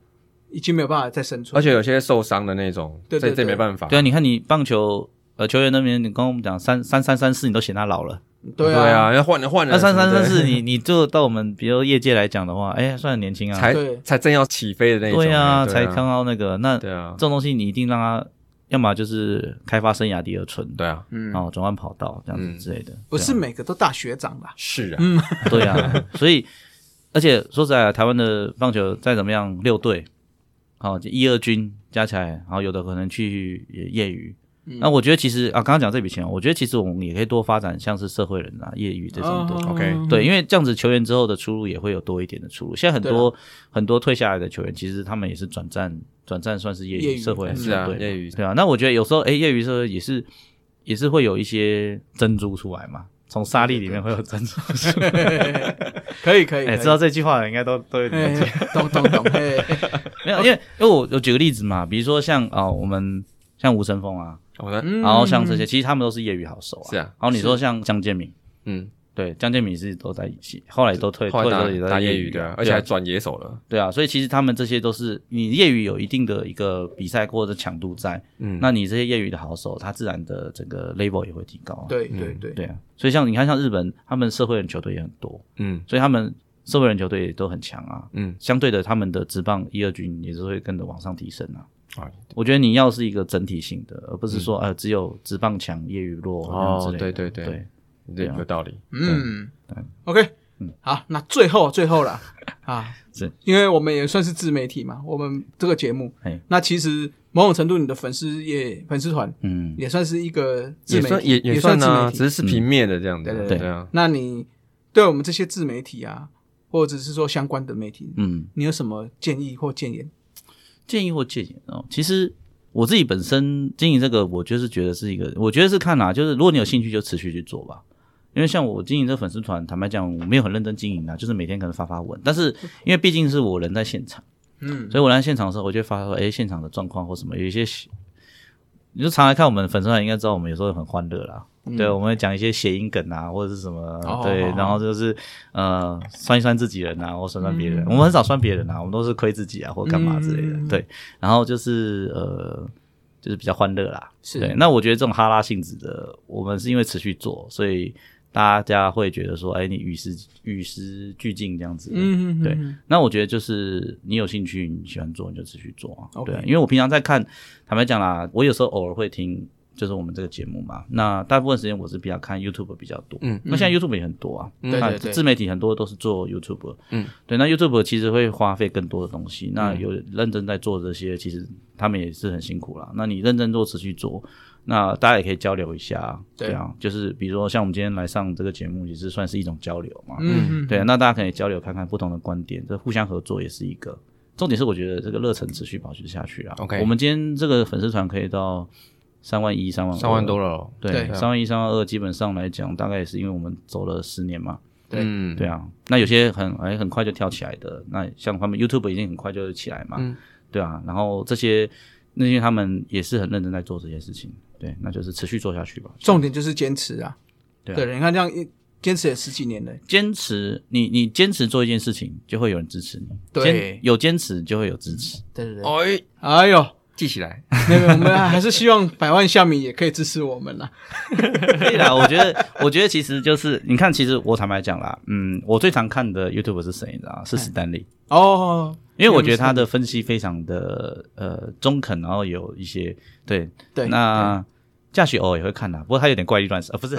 已经没有办法再生存，
而且有些受伤的那种，
对对
这这
对
没办法。
对啊，你看你棒球呃球员那边，你刚刚我们讲三三三三四，你都嫌他老了，
对
对
啊，
啊，要换人换人
那
什么
三
的。
三三四你你就到我们比如业界来讲的话，哎、算很年轻啊，
才
对
才正要起飞的那种。
对啊，
哎
才刚。到那个那。
对啊
这，种东西你一定让他，要么就是开发生涯第二春，
对啊，
嗯，
哦，转换跑道这样子
嗯
之类的，啊
不是每个都大学长啦，
是啊，
嗯
对啊， 对啊所以而且说实在啊，台湾的棒球再怎么样六队，好、就一二军加起来，然后有的可能去也业余。
嗯
那我觉得其实啊，刚刚讲这笔钱，我觉得其实我们也可以多发展像是社会人啊、业余这种的，
哦
OK，
对，因为这样子球员之后的出路也会有多一点的出路。现在很多很多退下来的球员，其实他们也是转战转战算是业
业余
余社会人
是啊
对
业余
对啊。那我觉得有时候哎，业余社会也是也是会有一些珍珠出来嘛，从沙粒里面会有珍珠出来。
可以可以，可
哎，
以
知道这句话的人应该都都有点
嘿
了解。
嘿懂懂懂，哎嘿 嘿嘿
没有，因为因为我我举个例子嘛，比如说像啊、我们像吴成峰啊，
我说
嗯
然后像这些，其实他们都是业余好手啊。
是啊
然后你说像江建明。
嗯，
对，江建明是都在一起，后来都退，
后
退
来
之后也
打
在
打
业
业
余
余的
啊
啊，而且还转野手了。
对啊，所以其实他们这些都是你业余有一定的一个比赛或者强度在，
嗯，
那你这些业余的好手，他自然的整个 level 也会提高、啊。
对
嗯
对对，
对啊，所以像你看，像日本他们社会人球队也很多，
嗯
所以他们社会人球队也都很强啊。
嗯，
相对的，他们的职棒一二军也是会跟着往上提升啊。
哎
我觉得你要是一个整体性的，而不是说、呃只有职棒强，业余弱这样之类的。
对对对
对
对，有道理。
嗯，OK，好，那最后最后了啊
是，
因为我们也算是自媒体嘛，我们这个节目
嘿，
那其实某种程度你的粉丝也粉丝团
嗯，
也算是一个自
也
媒
算
体
也
也
算
自媒
啊，
体
只是平面的这样子。
对对
对
对啊，
那你对我们这些自媒体啊，或者是说相关的媒体，
嗯，
你有什么建议或建言？
建议或建言哦，其实我自己本身经营这个，我就是觉得是一个，我觉得是看啊，就是如果你有兴趣，就持续去做吧。因为像我经营这粉丝团，坦白讲，我没有很认真经营啊，就是每天可能发发文，但是因为毕竟是我人在现场，
嗯，
所以我来现场的时候，我就会发说，哎，现场的状况或什么，有一些喜，你就常来看我们粉丝团，应该知道我们有时候很欢乐啦。对，我们会讲一些谐音梗啊，或者是什么，
嗯哦
对，
哦
然后就是呃，酸一酸自己人啊，或酸酸别人，我们很少酸别人啊，我们都是亏自己啊，或干嘛之类的，
嗯
对。然后就是呃，就是比较欢乐啦，
是
对。那我觉得这种哈拉性质的，我们是因为持续做，所以大家会觉得说，哎，你与时与时俱进这样子，
嗯，嗯
对
嗯
那我觉得就是你有兴趣，你喜欢做，你就持续做啊。
OK
对啊，因为我平常在看，坦白讲啦，我有时候偶尔会听，就是我们这个节目嘛。那大部分时间我是比较看 YouTube 比较多。
嗯
那现在 YouTube 也很多啊。
对
那
嗯对对
自媒体很多都是做 YouTube。
嗯，
对，那 YouTube 其实会花费更多的东西。
嗯
那有认真在做这些，其实他们也是很辛苦啦。那你认真做，持续做。那大家也可以交流一下，
对
对啊，就是比如说像我们今天来上这个节目，也是算是一种交流嘛。
嗯，嗯
对，那大家可以交流看看不同的观点，这互相合作也是一个重点。是我觉得这个热忱持续保持下去啊。
OK
我们今天这个粉丝团可以到三万一、三万
三万多，了哦。
对
对，
三万一、三万二，基本上来讲，大概也是因为我们走了十年嘛。
对
嗯，
对啊，那有些很哎很快就跳起来的，那像他们 YouTube 已经很快就起来嘛，
嗯
对啊，然后这些那些他们也是很认真在做这些事情，对，那就是持续做下去吧。
重点就是坚持啊。
对啊
对，你看这样一坚持也十几年了，
坚持，你你坚持做一件事情，就会有人支持你。
对
坚有坚持就会有支持。
对对对。
哎，
哎呦，
记起来。
没有，没有我们还是希望百万下米也可以支持我们啦。
可以啦，我觉得，我觉得其实就是，你看，其实我坦白讲啦，嗯，我最常看的 YouTube 是谁，你知道吗？是史丹利，
哦，
因为我觉得他的分析非常的呃中肯，然后有一些对
对
那驾许偶尔也会看啦，不过他有点怪力乱神，呃，不 是，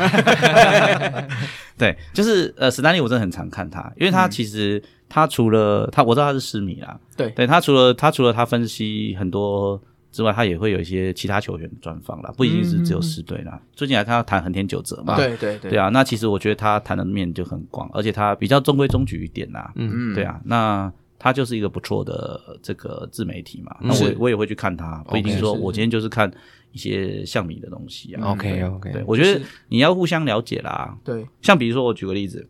对，就是呃，史丹利我真的很常看他，因为他其实、他除了他，我知道他是诗迷啦，
嗯对
对他除了他除了他分析很多之外，他也会有一些其他球员的专访啦，不一定是只有
嗯
十队啦。最近还看他谈横田久哲嘛，
对对
对，啊，那其实我觉得他谈的面就很广，而且他比较中规中矩一点啦。
嗯
对，啊，那他就是一个不错的呃这个自媒体嘛。那我
嗯是
也我也会去看他，不一定
OK，
说
是
我今天就是看一些像你的东西啊。
OK OK，
对，我觉得
是
你要互相了解啦。
对，
像比如说，我举个例子，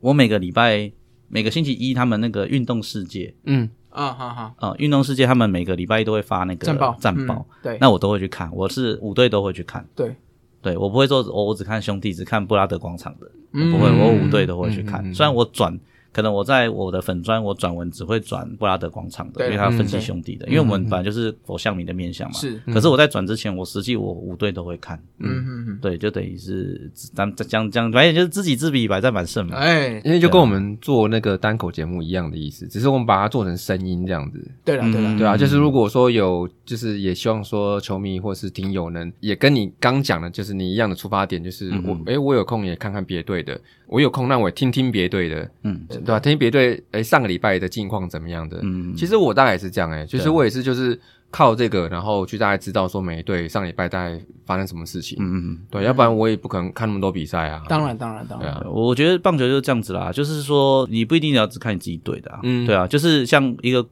我每个礼拜每个星期一，他们那个运动世界
嗯，
啊，好好，
啊、呃运动世界他们每个礼拜一都会发那个
战报，
战报，
嗯，对，
那我都会去看，我是五队都会去看。
对，
对我不会说，哦我我只看兄弟，只看布拉德广场的。
嗯
不会，我五队都会去
嗯嗯嗯
看。
嗯
虽然我转，可能我在我的粉砖我转文只会转布拉德广场的，
对
因为他分析
嗯
兄弟的，因为我们本来就是佛像迷的面相嘛。。
是，
可是我在转之前，我实际我五队都会看，
嗯嗯
对，就等于是咱咱讲讲，反正就是知己知彼，百战百胜
嗯，
嘛。
哎，
因为就跟我们做那个单口节目一样的意思，只是我们把它做成声音这样子。
对了对了
嗯，
对啊，就是如果说有，就是也希望说球迷或是听友能也跟你刚讲的，就是你一样的出发点，就是我诶、我有空也看看别队的，我有空那我也听听别队的，
嗯
对吧、听听别队诶上个礼拜的近况怎么样的。
嗯，
其实我大概也是这样诶、就是
对啊
我也是就是靠这个，然后去大概知道说每一队上礼拜大概发生什么事情。
嗯嗯
对，要不然我也不可能看那么多比赛啊。
当然当然当
对
然，
啊
嗯，，我觉得棒球就是这样子啦，就是说你不一定要只看你自己队的，啊，
嗯
对啊，就是像一个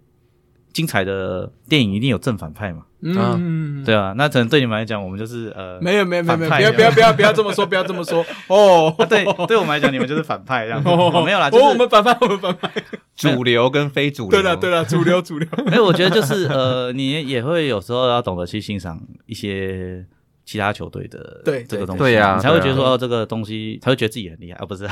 精彩的电影一定有正反派嘛，
嗯，
对啊，那可能对你们来讲，我们就是呃，
没有没有没有没有，不
反派
要不要不要不要这么说，不要这么 说哦。
啊，对，对我们来讲，你们就是反派这样子。
哦
哦、没有啦，就是、
哦我们反派，我们反 派。
主流跟非主流。
对啊了对了，主流主流。
没有，我觉得就是呃，你也会有时候要懂得去欣赏一些其他球队的
对
这个东西，
对对啊
你才会觉得
对
说、哦这个东西，才会觉得自己很厉害啊，不是？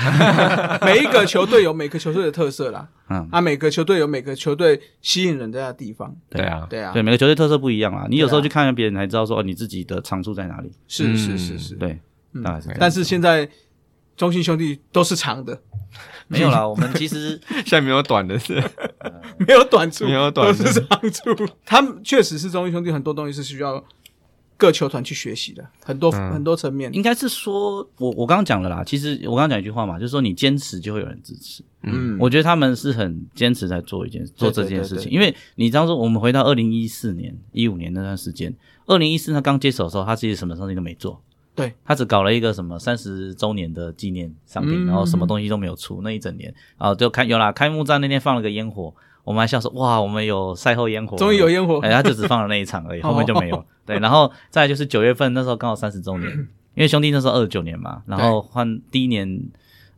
每一个球队有每个球队的特色啦，
嗯，
啊，每个球队有每个球队吸引人的地方。
对啊，
对啊，
对，每个球队特色不一样啦。你有时候
对啊
去看别人，才知道说、哦、你自己的长处在哪里。
是是是是。
对，
嗯
大概是这样。
但是现在中信兄弟都是长的，
没有啦，我们其实
现在没有短的是，
没有短处，
没有短
都
处
是长处。他们确实是中信兄弟很多东西是需要各球团去学习的，很多
嗯
很多层面。
应该是说，我我刚刚讲了啦。其实我刚刚讲一句话嘛，就是说你坚持就会有人支持。
嗯，
我觉得他们是很坚持在做一件做这件事情，因为你知道说，我们回到二零一四年、一五年那段时间，二零一四他刚接手的时候，他其实什么事情都没做，
对
他只搞了一个什么三十周年的纪念商品，
嗯
然后什么东西都没有出那一整年，然后就开有啦，开幕战那天放了个烟火，我们还笑说哇，我们有赛后烟火了，
终于有烟火
哎，他就只放了那 一场而已，
哦
后面就没有。对，然后再来就是九月份那时候刚好三十周年，因为兄弟那时候二十九年嘛，然后换第一年，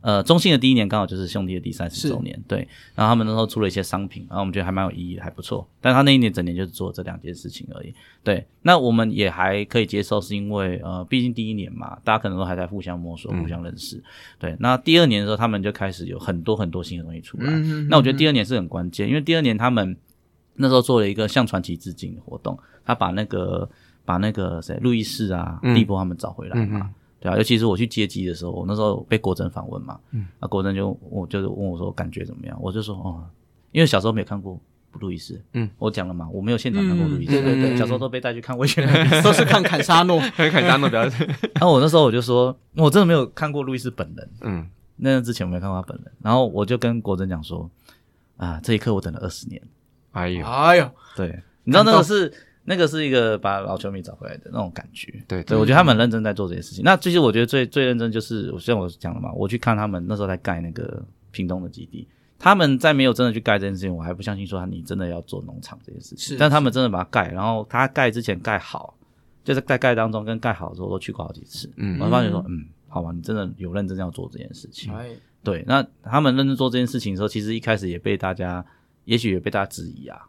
呃，中信的第一年刚好就是兄弟的第三十周年，对。然后他们那时候出了一些商品，然后我们觉得还蛮有意义的，还不错。但他那一年整年就是做这两件事情而已。对，那我们也还可以接受，是因为呃，毕竟第一年嘛，大家可能都还在互相摸索、互相认识。对，那第二年的时候，他们就开始有很多很多新的东西出来。
嗯，
那我觉得第二年是很关键，因为第二年他们那时候做了一个向传奇致敬的活动，他把那个把那个谁路易士啊、
嗯
利波他们找回来
嗯
嘛。
嗯
对啊，尤其是我去接机的时候，我那时候被国珍访问嘛，嗯，啊，国珍就我就是问我说感觉怎么样，我就说哦，因为小时候没有看过路易士，
嗯，
我讲了嘛，我没有现场看过路易
嗯对
士，
对嗯
对
小时候都被带去看威权的比赛
都是看坎沙 诺，
很肯当的表示。
然后我那时候我就说，我真的没有看过路易斯本人，
嗯，
那之前我没有看过他本人。然后我就跟国珍讲说，啊，这一刻我等了二十年。
哎呦，
哎呦，
对，你知道
感
那个
动
是那个是一个把老球迷找回来的那种感觉。
对
对，我觉得他们很认真在做这些事情。那其实我觉得最最认真就是，我像我讲了嘛，我去看他们那时候在盖那个屏东的基地，他们在没有真的去盖这件事情，我还不相信说你真的要做农场这件事情。
是
但他们真的把它盖，然后他盖之前盖好，就是在盖当中跟盖好的时候都去过好几次，
嗯
我就发觉说，嗯，好吧，你真的有认真要做这件事情。
哎，
对，那他们认真做这件事情的时候，其实一开始也被大家，也许也被大家质疑啊，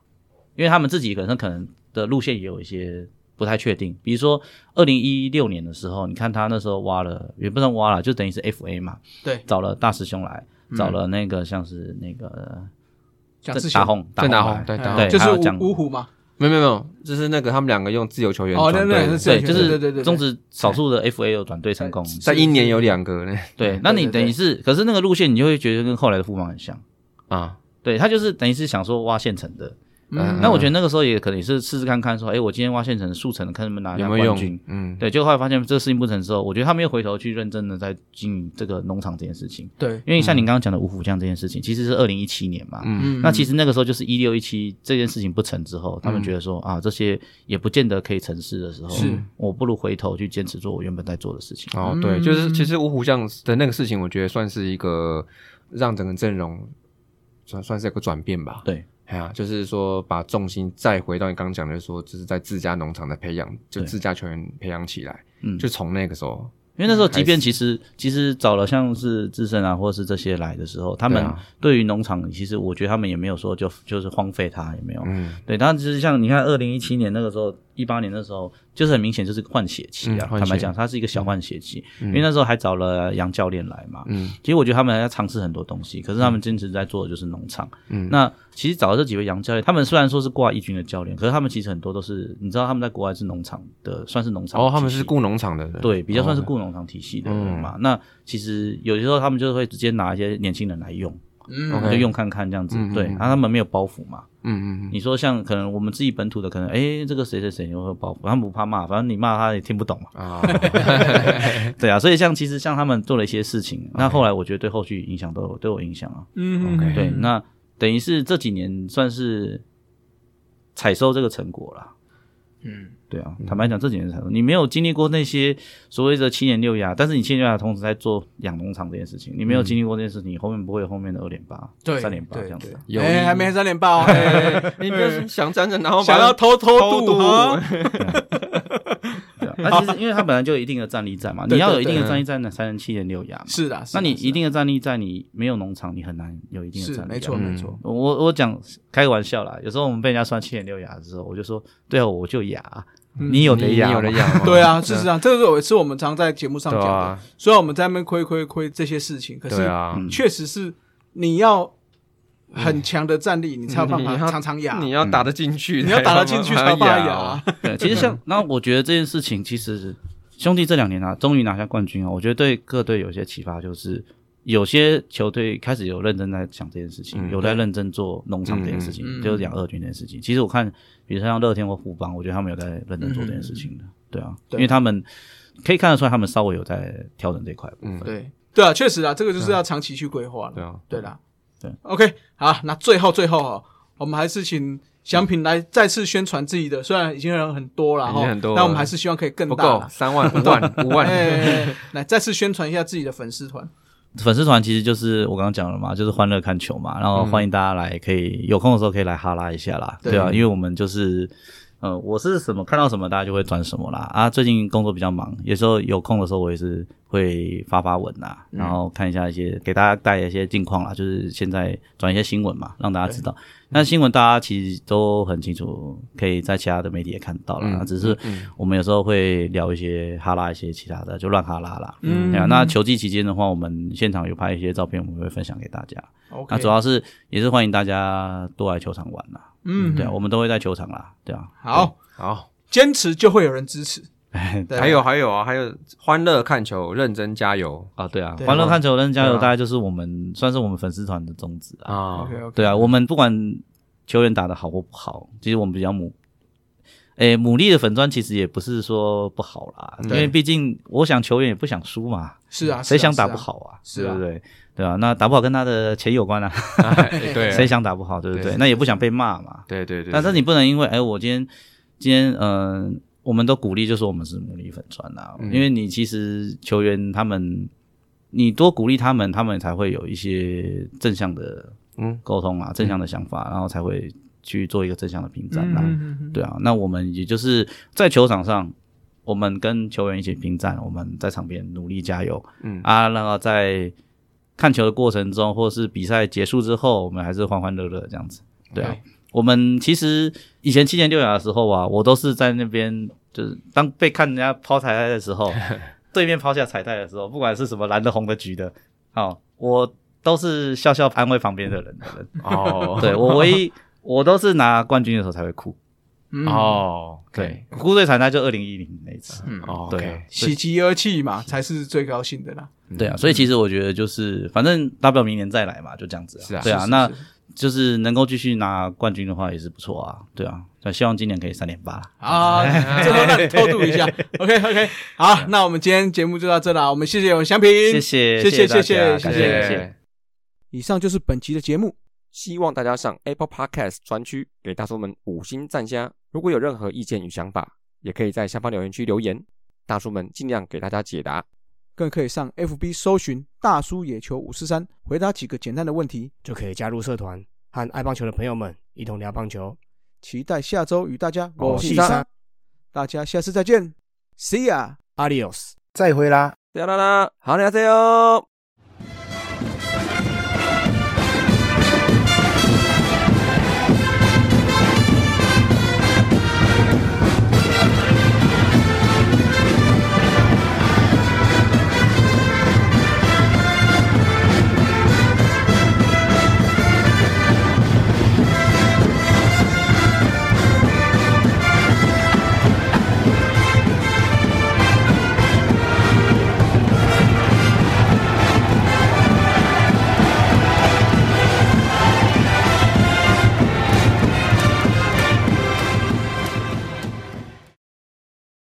因为他们自己可能可能的路线也有一些不太确定。比如说，二零一六年的时候，你看他那时候挖了，也不算挖了，就等于是 FA 嘛，
对，
找了大师兄来，
嗯
找了那个像是那个
蒋志
打
贤
红，
郑达
宏
宏
来
对
哎
打
对
就是
还有
五
讲
五虎嘛，
没有没有没有，就是那个他们两个用自由球员
哦
团
对对
队
是对
对，
对
就
对对
是
对
终止少数的 FA 有转队成功。
在一年有两个呢
对，那你
对对
等于是，可是那个路线你就会觉得跟后来的富邦很像。
啊，
对他就是等于是想说挖现成的，
嗯，
那我觉得那个时候也可能也是试试看看说，哎，我今天挖现成速成的，看能不能拿
有
下
没有
冠
用
军？。
嗯，
对，就后来发现这个事情不成之后，我觉得他们又回头去认真的在经营这个农场这件事情。
对，
因为像你刚刚讲的五虎将这件事情，其实是二零一七年嘛，
嗯，
那其实那个时候就是一六一七这件事情不成之后，他们觉得说、啊，这些也不见得可以成事的时候，
是
我不如回头去坚持做我原本在做的事情。
哦对，就是其实五虎将的那个事情，我觉得算是一个让整个阵容算算是一个转变吧。
对，
哎呀，就是说把重心再回到你刚刚讲的，说就是在自家农场的培养，就
对
自家球员培养起来，
嗯
就从那个时候，
因为那时候即便
还
其实其实找了像是智胜啊，或者是这些来的时候，他们
对啊
对于农场，其实我觉得他们也没有说就就是荒废它，也没有。
嗯，
对，当然就是像你看，二零一七年那个时候，一八年的时候，就是很明显就是换血期啊。
嗯换血
坦白讲，它是一个小换血期，因为那时候还找了杨教练来嘛。
嗯，
其实我觉得他们还在尝试很多东西，可是他们坚持在做的就是农场。
嗯
那其实找的这几位杨教练，他们虽然说是挂一军的教练，可是他们其实很多都是，你知道他们在国外是农场的，算是农场体系。
哦，他们是雇农场的人，
对，比较算是
哦嗯
雇农场体系的人嘛。那其实有些时候他们就会直接拿一些年轻人来用，
嗯
OK
就用看看这样子。
嗯嗯
对，
嗯
然后他们没有包袱嘛。
嗯嗯嗯，
你说像可能我们自己本土的，可能哎这个谁谁谁有没有包袱，他们不怕骂，反正你骂他也听不懂嘛。
啊，
对啊，所以像其实像他们做了一些事情，那后来我觉得对后续影响都有都有影响啊。
嗯
OK
对，那等于是这几年算是采收这个成果啦。
嗯，
对啊，坦白讲，这几年才你没有经历过那些所谓的七年六亚，但是你七年六亚同时在做养农场这件事情，你没有经历过这件事情，你后面不会有后面的二点八、
嗯对，
三点八
对
这样子
对
啊。
有
哎，
一
还没三点八哦，哎
你就是想站着，然后把
想要偷
偷
偷渡
渡
啊，
对啊， 那其实因为它本来就有一定的战力在嘛，
对
你要有
对
一定
对
的战力在，那才能七年六亚嘛。
是的，是
那
的
你
是的
一定的战力在，你没有农场，你很难有一定的
是
战力啊。
没错
嗯
没错，
我我我讲开个玩笑啦，有时候我们被人家算七点六亚的时候，我就说，对啊，我就哑啊，
嗯
你有的
你
哑
有
吗，
的 养吗，
对啊，事实上，这个也是我们常在节目上
嗯对
讲的
啊。
虽然我们在那边亏亏亏这些事情，可
对
是
啊，
确实是你要很强的战力，你才有办法
嗯你要
常常压。
你要打得进去，
嗯你要打得进去才有办法
牙
压。。啊
对，其实像那我觉得这件事情，其实兄弟这两年啊，终于拿下冠军啊，我觉得对各队有些启发，就是有些球队开始有认真在想这件事情，
嗯
有在认真做农场这件事情，
嗯嗯
就是养二军这件事情。其实我看，比如像乐天或富邦，我觉得他们有在认真做这件事情的，对啊，
对
因为他们可以看得出来，他们稍微有在调整这一块。
嗯，
对对啊，确实啊，这个就是要长期去规划
对
了。
啊，
对啦，
对
，OK，好，那最后最后哦，我们还是请祥平来再次宣传自己的，虽然已经人很多了
已经
哈
很多，了
但我们还是希望可以更
不
大
够
啦。
三万、五万、五
哎
万，
哎，哎来再次宣传一下自己的粉丝团。
粉丝团其实就是我刚刚讲了嘛，就是欢乐看球嘛，然后
嗯
欢迎大家来，可以有空的时候可以来哈拉一下啦，
对
对啊，因为我们就是，呃，我是什么看到什么大家就会转什么啦，啊，最近工作比较忙，有时候有空的时候我也是会发发文呐，
嗯
然后看一下一些给大家带来一些近况啦，就是现在转一些新闻嘛，让大家知道。那新闻大家其实都很清楚，可以在其他的媒体也看到了，
嗯
只是我们有时候会聊一些哈拉一些其他的，就乱哈拉啦，
嗯
对啊，那球季期间的话，我们现场有拍一些照片，我们会分享给大家。
OK，
那主要是也是欢迎大家多来球场玩啦。
嗯
对啊，我们都会在球场啦，对啊。
好，
好，
坚持就会有人支持。对啊
还有还有啊，还有欢乐看球，认真加油
啊，对啊，
对啊
欢乐看球人加油，
对啊
大概就是我们算是我们粉丝团的宗旨啊。
啊
OK OK，
对啊，我们不管球员打得好或不好，其实我们比较努诶，牡蛎的粉砖其实也不是说不好啦，因
对
为毕竟我想球员也不想输嘛，
嗯是啊，
谁
是啊
想打
是啊
不好啊？
是啊
对不对？对啊，那打不好跟他的钱有关啊，
哎对啊
谁想打不好，对不
对
对？那也不想被骂嘛。
对对对，
但是你不能因为哎，我今天今天嗯、呃我们都鼓励，就说我们是牡蛎粉砖啊，
嗯
因为你其实球员他们，你多鼓励他们，他们才会有一些正向的
嗯
沟通啊，正向的想法，然后才会去做一个正向的评战
嗯
啊。
嗯嗯
对啊，那我们也就是在球场上，我们跟球员一起拼战，我们在场边努力加油，
嗯
啊，然后在看球的过程中，或是比赛结束之后，我们还是欢欢乐乐这样子。对啊
OK
我们其实以前七年六亚的时候啊，我都是在那边，就是当被看人家抛彩带的时候，对面抛下彩带的时候，不管是什么蓝的、红的、橘的，哦，我都是笑笑安慰旁边的人的人。
哦，
对我唯一我都是拿冠军的时候才会哭。
嗯，
哦，
对，哭最惨那就二零一零那一次。
嗯，
哦，
对啊
OK，
喜极而泣嘛，才是最高兴的啦。
对啊，所以其实我觉得就是，反正大不了明年再来嘛，就这样子、
是啊
对啊，
是是
那
是
就是能够继续拿冠军的话也是不错啊，对啊，那希望今年可以三连霸。
啊， 最后让你偷渡一下。OK OK，好，那我们今天节目就到这啦，我们谢谢我们祥平，
谢谢，
谢谢
大
谢
家
谢
感
谢
谢
谢
感谢。
以上就是本集的节目，
希望大家上 Apple Podcast 专区给大叔们五星赞加。如果有任何意见与想法，也可以在下方留言区留言，大叔们尽量给大家解答。
更可以上 FB 搜寻“大叔野球五四三”，回答几个简单的问题。
就可以加入社团，和爱棒球的朋友们一同聊棒球。
期待下周与大家
哦
我是
戏
三，
大家下次再见，See ya。
Adios，再会啦。
啦啦啦，好，你好，加油！